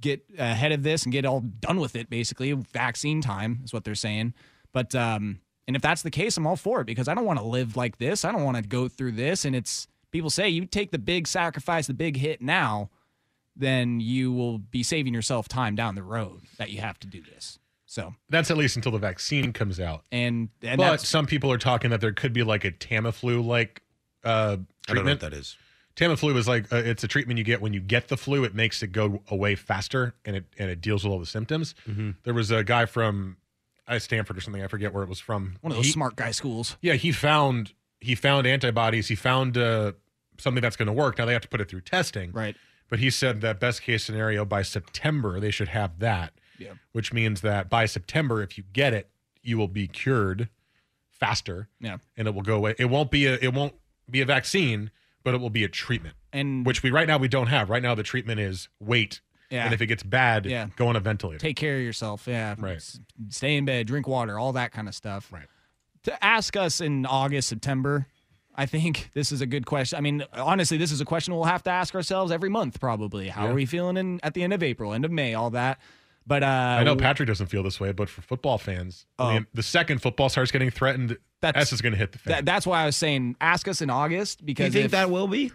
G: get ahead of this and get all done with it basically vaccine time is what they're saying but um and if that's the case i'm all for it because i don't want to live like this i don't want to go through this and it's people say you take the big sacrifice the big hit now then you will be saving yourself time down the road that you have to do this so
A: That's at least until the vaccine comes out.
G: and, and
A: but
G: that's
A: some people are talking that there could be like a Tamiflu like uh, treatment.
B: I don't know what that is.
A: Tamiflu is like uh, it's a treatment you get when you get the flu. It makes it go away faster, and it and it deals with all the symptoms.
G: Mm-hmm.
A: There was a guy from uh, Stanford or something. I forget where it was from.
G: one of those
A: He-
G: smart guy schools
A: Yeah, he found he found antibodies. He found uh, something that's going to work. Now they have to put it through testing.
G: right
A: But he said that best case scenario by September they should have that.
G: Yeah.
A: Which means that by September, if you get it, you will be cured faster,
G: yeah
A: and it will go away. It won't be a it won't be a vaccine, but it will be a treatment
G: and
A: which we right now we don't have. Right now the treatment is wait,
G: Yeah.
A: and if it gets bad,
G: Yeah.
A: go on a ventilator.
G: take care of yourself. Yeah.
A: Right.
G: S- Stay in bed, drink water, all that kind of stuff.
A: Right.
G: To ask us in August, September, I think this is a good question. I mean, honestly, this is a question we'll have to ask ourselves every month, probably. How
A: Yeah.
G: are we feeling in at the end of April, end of May, all that. But uh,
A: I know Patrick doesn't feel this way, but for football fans, I
G: Oh.
A: mean, the second football starts getting threatened,
G: That's-
A: S is going to hit the fan.
G: that, that's why I was saying ask us in August because
B: You think
G: if-
B: that will be?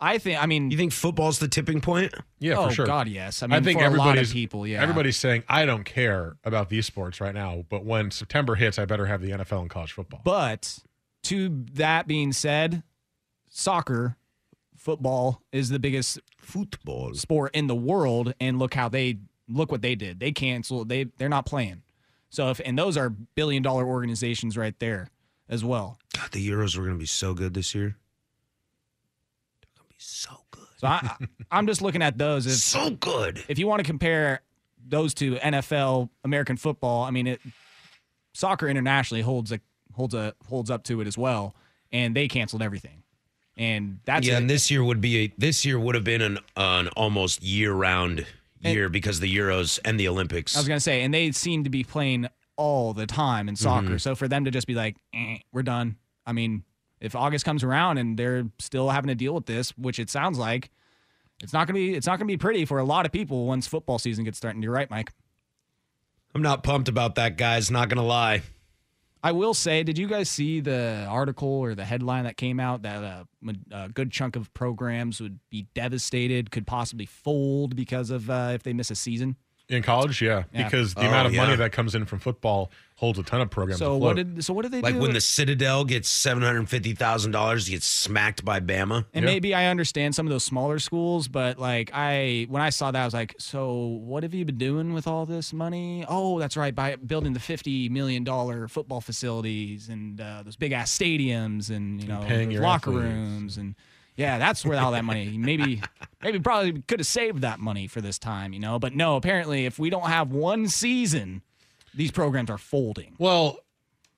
G: I think I mean
B: You think football's the tipping point?
A: yeah,
G: oh
A: for sure.
G: God, yes. I
A: I,
G: mean,
A: think
G: for a lot
A: everybody's
G: of people, yeah,
A: Everybody's saying I don't care about these sports right now, but when September hits, I better have the NFL and college football.
G: But to that being said, soccer, football is the biggest
B: Football.
G: sport in the world and look how they look what they did. They canceled. They they're not playing. So if and those are billion dollar organizations right there as well.
B: God, the Euros were going to be so good this year. They're going to be so good.
G: So I I- I'm just looking at those as
B: So good.
G: if you want to compare those to NFL American football, I mean it soccer internationally holds a holds a holds up to it as well and they canceled everything. And that's
B: yeah,
G: it.
B: and this year would be a, this year would have been an an almost year round year because the Euros and the Olympics.
G: I was gonna say, and they seem to be playing all the time in soccer.
B: Mm-hmm.
G: So for them to just be like, eh, "We're done." I mean, if August comes around and they're still having to deal with this, which it sounds like, it's not gonna be it's not gonna be pretty for a lot of people once football season gets threatened. You're right, Mike.
B: I'm not pumped about that, guys. Not going to lie.
G: I will say, did you guys see the article or the headline that came out that uh, m- a good chunk of programs would be devastated, could possibly fold because of uh, if they miss a season?
A: in college, yeah,
G: Yeah.
A: because the
B: Oh,
A: amount of money
B: yeah.
A: that comes in from football holds a ton of programs.
G: So
A: afloat.
G: what did so what did they
B: Like
G: do?
B: when the Citadel gets seven hundred fifty thousand dollars, gets smacked by Bama.
G: And
A: Yeah.
G: maybe I understand some of those smaller schools, but like I, when I saw that, I was like, so what have you been doing with all this money? Oh, that's right, by building the fifty million dollar football facilities and uh, those big ass stadiums and you know
A: paying your
G: locker
A: athletes.
G: rooms and yeah, that's where all that money. Maybe, maybe probably could have saved that money for this time, you know. But no, apparently, if we don't have one season, these programs are folding.
A: Well,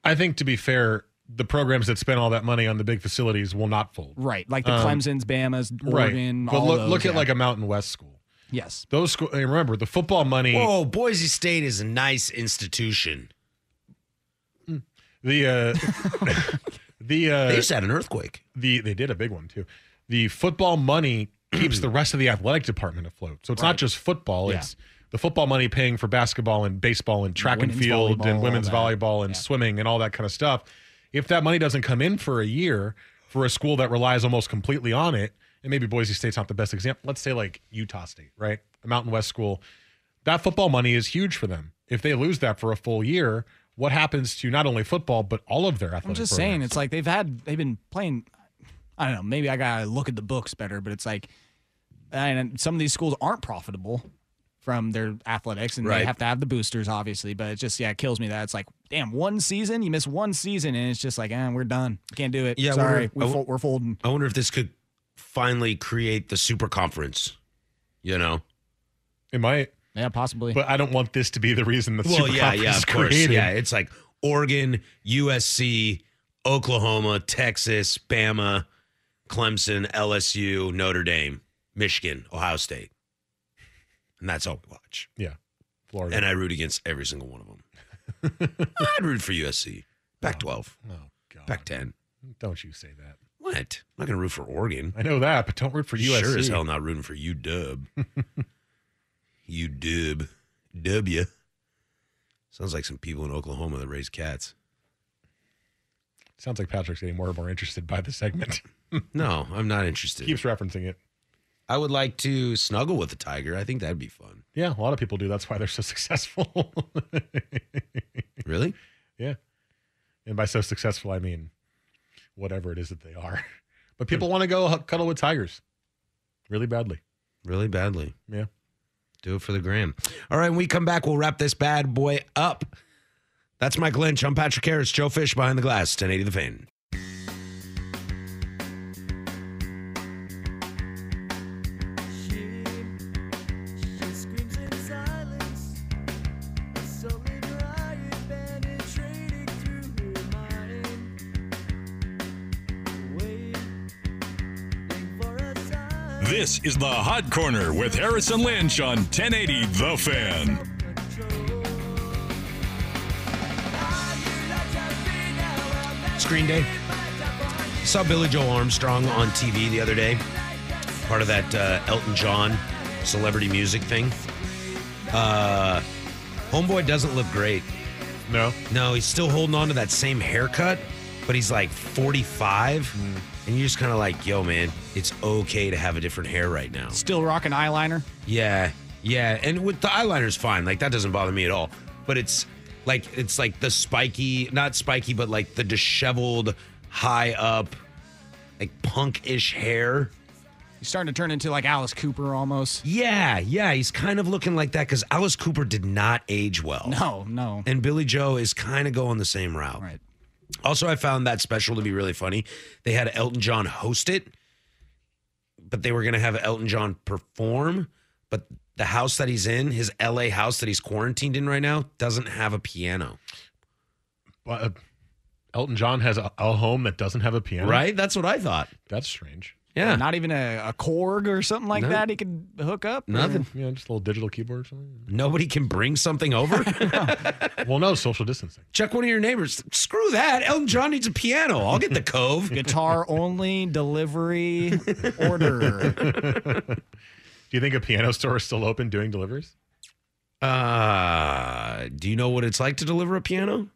A: I think to be fair, the programs that spend all that money on the big facilities will not fold.
G: Right, like the
A: Um,
G: Clemson's, Bama's, Oregon.
A: But
G: all
A: look,
G: those,
A: look at
G: yeah.
A: like a Mountain West school.
G: yes,
A: Those school, and remember the football money.
B: Whoa, Oh, Boise State is a nice institution.
A: The uh, the uh,
B: They just had an earthquake.
A: the they did a big one too. The football money keeps the rest of the athletic department afloat. So it's not just football.
G: Yeah.
A: It's the football money paying for basketball and baseball and track
G: Women's
A: and field
G: volleyball, all
A: and women's
G: that.
A: volleyball and swimming and all that kind of stuff. If that money doesn't come in for a year for a school that relies almost completely on it, and maybe Boise State's not the best example. Let's say like Utah State, right? A Mountain West school. That football money is huge for them. If they lose that for a full year, what happens to not only football but all of their athletic?
G: I'm just saying, it's like they've had they've been playing. I don't know. Maybe I gotta look at the books better, but it's like, and some of these schools aren't profitable from their athletics, and they
B: Right.
G: have to have the boosters, obviously. But it just yeah, it kills me that it's like, damn, one season you miss one season, and it's just like, eh, we're done, can't do it.
B: Yeah,
G: sorry,
B: we're-
G: we're, fol- we're folding.
B: I wonder if this could finally create the super conference. You know,
A: it might.
G: Yeah, possibly.
A: But I don't want this to be the reason that.
B: well,
A: Super
B: yeah,
A: Conference
B: yeah,
A: is
B: of course,
A: created.
B: yeah. It's like Oregon, USC, Oklahoma, Texas, Bama, Clemson, LSU, Notre Dame, Michigan, Ohio State, and that's all we watch.
A: Yeah. Florida.
B: And I root against every single one of them. I'd root for USC, Pac-12,
A: Oh, God.
B: Pac-10.
A: Don't you say that.
B: What? I'm not gonna root for Oregon.
A: I know that, but don't root for USC.
B: Sure as hell not rooting for you, Dub. you Dub, W. Sounds like some people in Oklahoma that raise cats.
A: Sounds like Patrick's getting more and more interested by the segment.
B: No, I'm not interested.
A: Keeps referencing it.
B: I would like to snuggle with a tiger. I think that'd be fun.
A: Yeah, a lot of people do. That's why they're so successful.
B: Really?
A: yeah. And by so successful, I mean whatever it is that they are. But people want to go h- cuddle with tigers really badly.
B: Really badly.
A: Yeah.
B: Do it for the gram. All right, when we come back, we'll wrap this bad boy up. That's Mike Lynch. I'm Patrick Harris, Joe Fish behind the glass, 1080 the fan.
D: This is the Hot Corner with Harrison Lynch on 1080 The Fan.
B: Screen Day. Saw Billy Joel Armstrong on TV the other day, part of that uh, Elton John celebrity music thing. Uh, homeboy doesn't look great.
A: No.
B: No, he's still holding on to that same haircut, but he's like 45. And you're just kind of like, yo, man, it's okay to have a different hair right now.
G: Still rocking eyeliner.
B: Yeah, yeah, and with the eyeliner's fine. Like that doesn't bother me at all. But it's like it's like the spiky, not spiky, but like the disheveled, high up, like punk-ish hair.
G: He's starting to turn into like Alice Cooper almost.
B: Yeah, yeah, he's kind of looking like that because Alice Cooper did not age well.
G: No, no.
B: And Billy Joe is kind of going the same route. Right. Also, I found that special to be really funny. They had Elton John host it, but they were going to have Elton John perform. But the house that he's in, his LA house that he's quarantined in right now, doesn't have a piano.
A: But, uh, Elton John has a, a home that doesn't have a piano.
B: Right? That's what I thought.
A: That's strange.
B: Yeah.
G: Not even a, a Korg or something like
B: No.
G: that he could hook up. or-
B: Nothing.
A: Yeah, just a little digital keyboard or something.
B: Nobody can bring something over.
A: well, no, social distancing.
B: Check one of your neighbors. Screw that. Elton John needs a piano. I'll get the cove.
G: Guitar only delivery order.
A: Do you think a piano store is still open doing deliveries?
B: Uh, do you know what it's like to deliver a piano?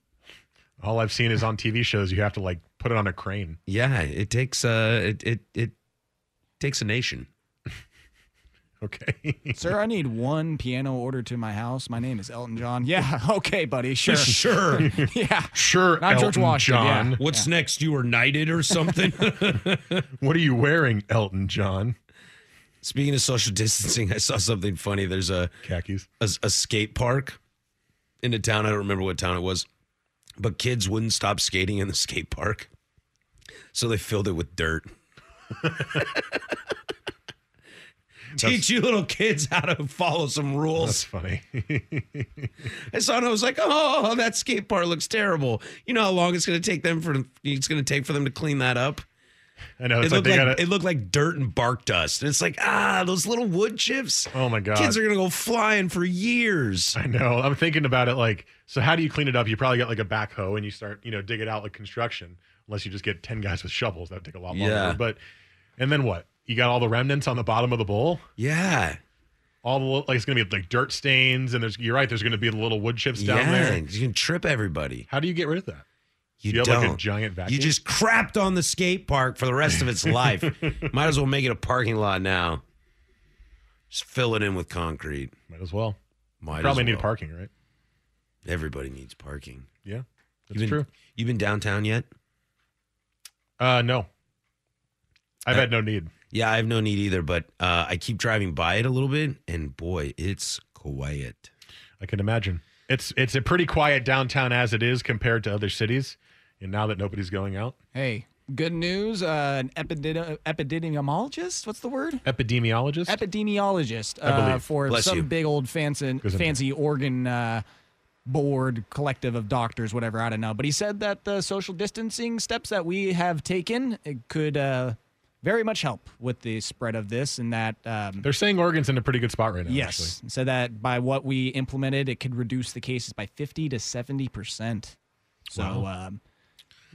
A: All I've seen is on TV shows you have to like put it on a crane.
B: Yeah, it takes uh it it, it takes a nation.
A: Okay.
G: Sir, I need one piano order to my house. My name is Elton John. Yeah, okay, buddy, sure.
B: Sure.
G: yeah.
A: Sure,
G: Not George
A: Elton
G: Washington, yeah.
A: John.
B: What's next? You were knighted or something?
A: What are you wearing, Elton John?
B: Speaking of social distancing, I saw something funny. There's a
A: Khakis.
B: a, a skate park in a town. I don't remember what town it was, but kids wouldn't stop skating in the skate park, so they filled it with dirt. Teach you little kids how to follow some
A: That's
B: rules.
A: funny.
B: I saw it. and I was like, "Oh, that skate park looks terrible." You know how long it's going to take them for it's going to take for them to clean that up.
A: I know.
B: It
A: It's like
B: looked
A: they
B: like,
A: gotta.
B: it looked like dirt and bark dust, and it's like ah, those little wood chips.
A: oh my god.
B: Kids are gonna go flying for years.
A: I know. I'm thinking about it. Like, so how do you clean it up? You probably got like a backhoe and you start, you know, dig it out like construction. Unless you just get ten guys with shovels, that would take a lot longer.
B: Yeah.
A: But, and then what? You got all the remnants on the bottom of the bowl.
B: Yeah,
A: All the li- like it's gonna be like dirt stains, and there's you're right. There's gonna be the little wood chips down
B: yeah.
A: there.
B: You can trip everybody.
A: How do you get rid of that?
B: You,
A: Do you have,
B: don't.
A: like, a giant vacuum?
B: You just crapped on the skate park for the rest of its life. Might as well make it a parking lot now. Just fill it in with concrete.
A: Might as well.
B: Might
A: Probably
B: as
A: need
B: well.
A: parking, right?
B: Everybody needs parking.
A: Yeah,
B: You've
A: that's
B: been,
A: true.
B: You been downtown yet?
A: Uh, no. I've
B: I-
A: had no need.
B: Yeah, I have no need either, but uh, I keep driving by it a little bit, and boy, it's quiet.
A: I can imagine. It's it's a pretty quiet downtown as it is compared to other cities. And now that nobody's going out,
G: Hey, good news. Uh, an epidemi- epidemiologist? What's the word?
A: epidemiologist.
G: Epidemiologist
A: I
G: uh,
A: believe.
G: for
A: Bless
G: some
A: you.
G: big old fancy,
A: in there.
G: fancy organ uh, board collective of doctors, whatever. I don't know. But he said that the social distancing steps that we have taken it could uh, very much help with the spread of this and that. Um,
A: They're saying Oregon's in a pretty good spot right now.
G: yes. So that by what we implemented, it could reduce the cases by 50 to 70%. So.
B: Wow.
G: Um,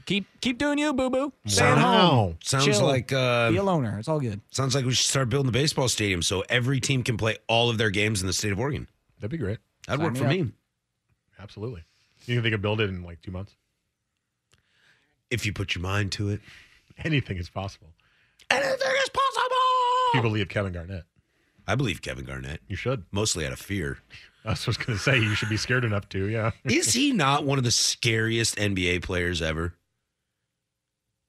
G: Keep keep doing you, boo boo. Stay
B: Sound-
G: at home.
B: Sounds
G: Chill.
B: like uh,
G: be a loner. It's all good.
B: sounds like we should start building the baseball stadium so every team can play all of their games in the state of Oregon.
A: That'd be great.
B: That'd
G: Sign
B: work
G: me
B: for
G: up.
B: me
A: Absolutely. You think they could build it in like two months?
B: if you put your mind to it.
A: Anything is possible.
B: Anything is possible.
A: If you believe Kevin Garnett.
B: I believe Kevin Garnett.
A: You should.
B: Mostly out of fear.
A: I was just gonna say you should be scared enough to, yeah.
B: Is he not one of the scariest NBA players ever?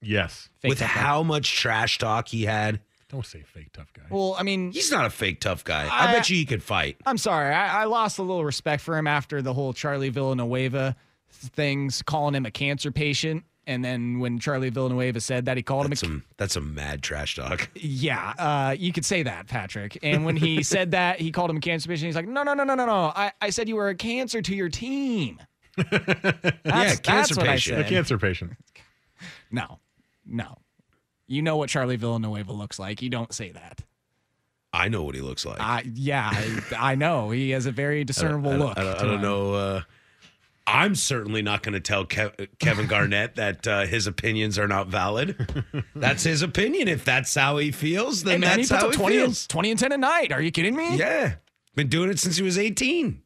A: Yes.
B: With
G: tough guy.
B: how much trash talk he had,
A: Don't say fake tough guy.
G: Well, I mean,
B: he's not a fake tough guy. I,
G: I-
B: bet you he could fight.
G: I'm sorry. I, I lost a little respect for him after the whole Charlie Villanueva things, calling him a cancer patient. And then when Charlie Villanueva said that, he called
B: That's
G: him a.
B: some that's some mad trash talk.
G: Yeah, uh, you could say that, Patrick. And when he said that, he called him a cancer patient. He's like, no, no, no, no, no, no. I, I said you were a cancer to your team. That's,
B: yeah,
G: that's
B: cancer
G: what I
B: patient.
A: A
G: said.
A: cancer patient.
G: No, no. You know what Charlie Villanueva looks like. You don't say that.
B: I know what he looks like.
G: I, yeah, I, I know. He has a very discernible
B: I don't,
G: look.
B: I don't, I
G: to
B: don't
G: him.
B: know. Uh, I'm certainly not going to tell Kev- Kevin Garnett that uh, his opinions are not valid. That's his opinion. If that's how he feels, then
G: Hey, man, he
B: that's
G: puts
B: how
G: up
B: he
G: 20, and-
B: feels.
G: 20 and 10 a night. Are you kidding me?
B: Yeah, been doing it since he was 18.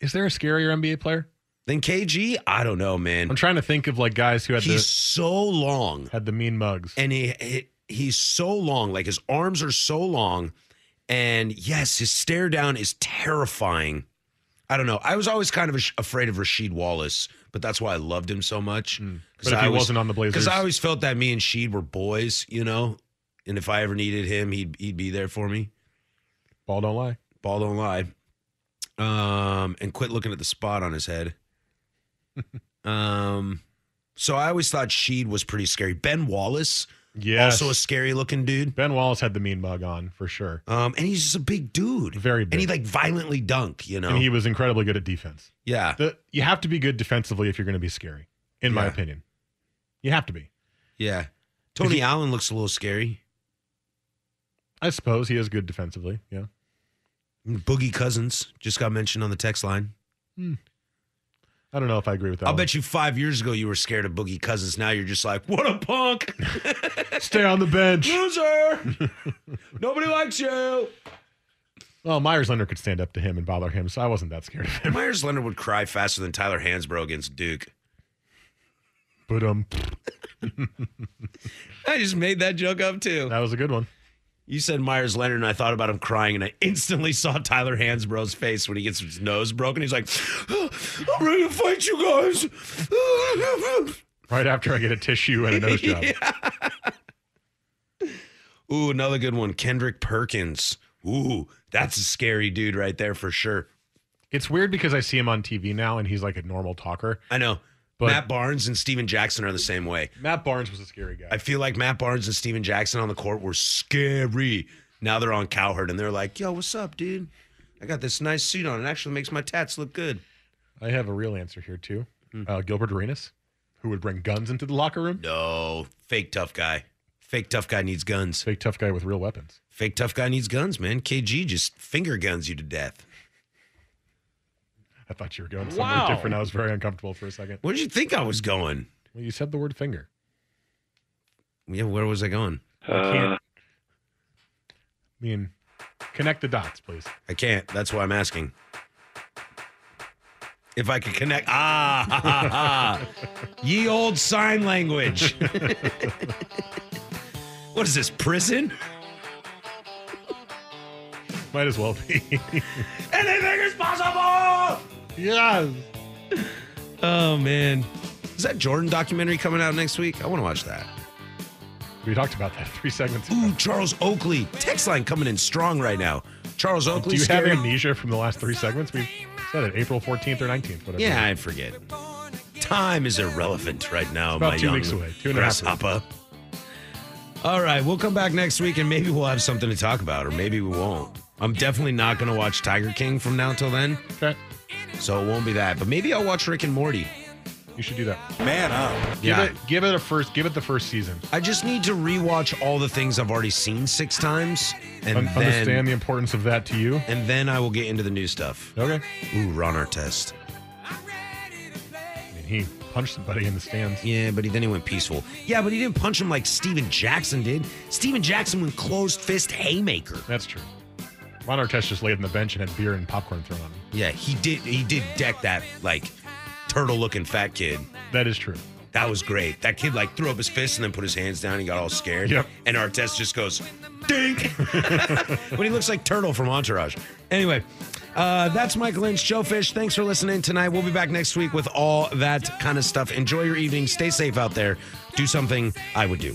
A: Is there a scarier NBA player?
B: Then KG, I don't know, man.
A: I'm trying to think of like guys who had
B: He's
A: the
B: so long,
A: had the mean mugs.
B: and he, he he's so long. Like his arms are so long, and yes, his stare down is terrifying. I don't know. I was always kind of ash- afraid of Rasheed Wallace, but that's why I loved him so much.
A: Hmm. But if he wasn't on the Blazers-
B: because I always felt that me and Sheed were boys, you know. And if I ever needed him, he'd he'd be there for me.
A: Ball don't lie.
B: Ball don't lie. Um, and quit looking at the spot on his head. um, so I always thought Sheed was pretty scary. Ben Wallace,
A: Yes.
B: also a scary looking dude.
A: ben Wallace had the mean mug on for sure.
B: Um, and he's just a big dude.
A: Very
B: And he
A: big.
B: like violently dunked, you know.
A: And he was incredibly good at defense.
B: yeah.
A: The, you have to be good defensively if you're going to be scary, in my
B: Yeah.
A: opinion. You have to be.
B: Yeah. Tony Allen looks a little scary.
A: I suppose he is good defensively. Yeah.
B: Boogie Cousins just got mentioned on the text line.
A: I don't know if I agree with that.
B: I'll bet you five years ago you were scared of Boogie Cousins. Now you're just like, what a punk.
A: you stay on the bench.
B: Loser. Nobody likes you.
A: Well, Myers Leonard could stand up to him and bother him, so I wasn't that scared of him.
B: Myers Leonard would cry faster than Tyler Hansbrough against Duke.
A: But um,
B: I just made that joke up too.
A: that was a good one.
B: You said Myers Leonard, and I thought about him crying, and I instantly saw Tyler Hansbrough's face when he gets his nose broken. He's like, I'm ready to fight you guys.
A: Right after I get a tissue and a nose job.
B: Ooh, another good one. Kendrick Perkins. Ooh, that's a scary dude right there for sure.
A: It's weird because I see him on TV now and he's like a normal talker.
B: I know.
A: But-
B: Matt Barnes and Steven Jackson are the same way.
A: Matt Barnes was a scary guy.
B: I feel like Matt Barnes and Steven Jackson on the court were scary. Now they're on Cowherd and they're like, yo, what's up, dude? I got this nice suit on. It actually makes my tats look good.
A: I have a real answer here too.
B: Hmm.
A: Uh, Gilbert Arenas, who would bring guns into the locker room.
B: No, Oh, fake tough guy. Fake tough guy needs guns.
A: Big tough guy with real weapons.
B: Fake tough guy needs guns, man. KG just finger guns you to death.
A: I thought you were going somewhere different. I was very uncomfortable for a second.
B: Where did you think I was going?
A: Well, you said the word finger.
B: Yeah, where was I going?
A: I can't. I mean, connect the dots, please.
B: I can't. That's why I'm asking. If I could connect. Ah, ha, ha, ha. Ye old sign language. what is this, prison?
A: Might as well be.
B: Anything
A: Yeah.
B: Oh man. Is that Jordan documentary coming out next week? I want to watch that.
A: We talked about that three segments
B: ago. Ooh, Charles Oakley. Text line coming in strong right now. Charles Oakley.
A: Do you
B: scary.
A: have amnesia from the last three segments? We said it April 14th or 19th, whatever.
B: Yeah, I forget. Time is irrelevant right now,
A: about
B: my
A: two
B: young
A: weeks away, two and a half weeks.
B: grasshopper. All right, we'll come back next week and maybe we'll have something to talk about, or maybe we won't. I'm definitely not going to watch Tiger King from now till then.
A: Okay.
B: So it won't be that, but maybe I'll watch Rick and Morty.
A: You should do that.
B: Man up.
A: Give
B: Yeah.
A: it give it a first give it the first season.
B: I just need to rewatch all the things I've already seen six times, and
A: Un-
B: then,
A: understand the importance of that to you.
B: and then I will get into the new stuff.
A: Okay.
B: Ooh, Ron Artest.
A: I mean, he punched somebody in the stands.
B: Yeah, but he, then he went peaceful. Yeah, but he didn't punch him like Steven Jackson did. Steven Jackson went closed fist haymaker.
A: That's true. Ron Artest just laid on the bench and had beer and popcorn thrown on him.
B: Yeah, he did. He did deck that like turtle looking fat kid.
A: That is true.
B: That was great. That kid like threw up his fist and then put his hands down. He got all scared.
A: Yep.
B: And Artest just goes, dink. but he looks like Turtle from Entourage. Anyway, uh, that's Mike Lynch, Joe Fish. Thanks for listening tonight. We'll be back next week with all that kind of stuff. Enjoy your evening. Stay safe out there. Do something I would do.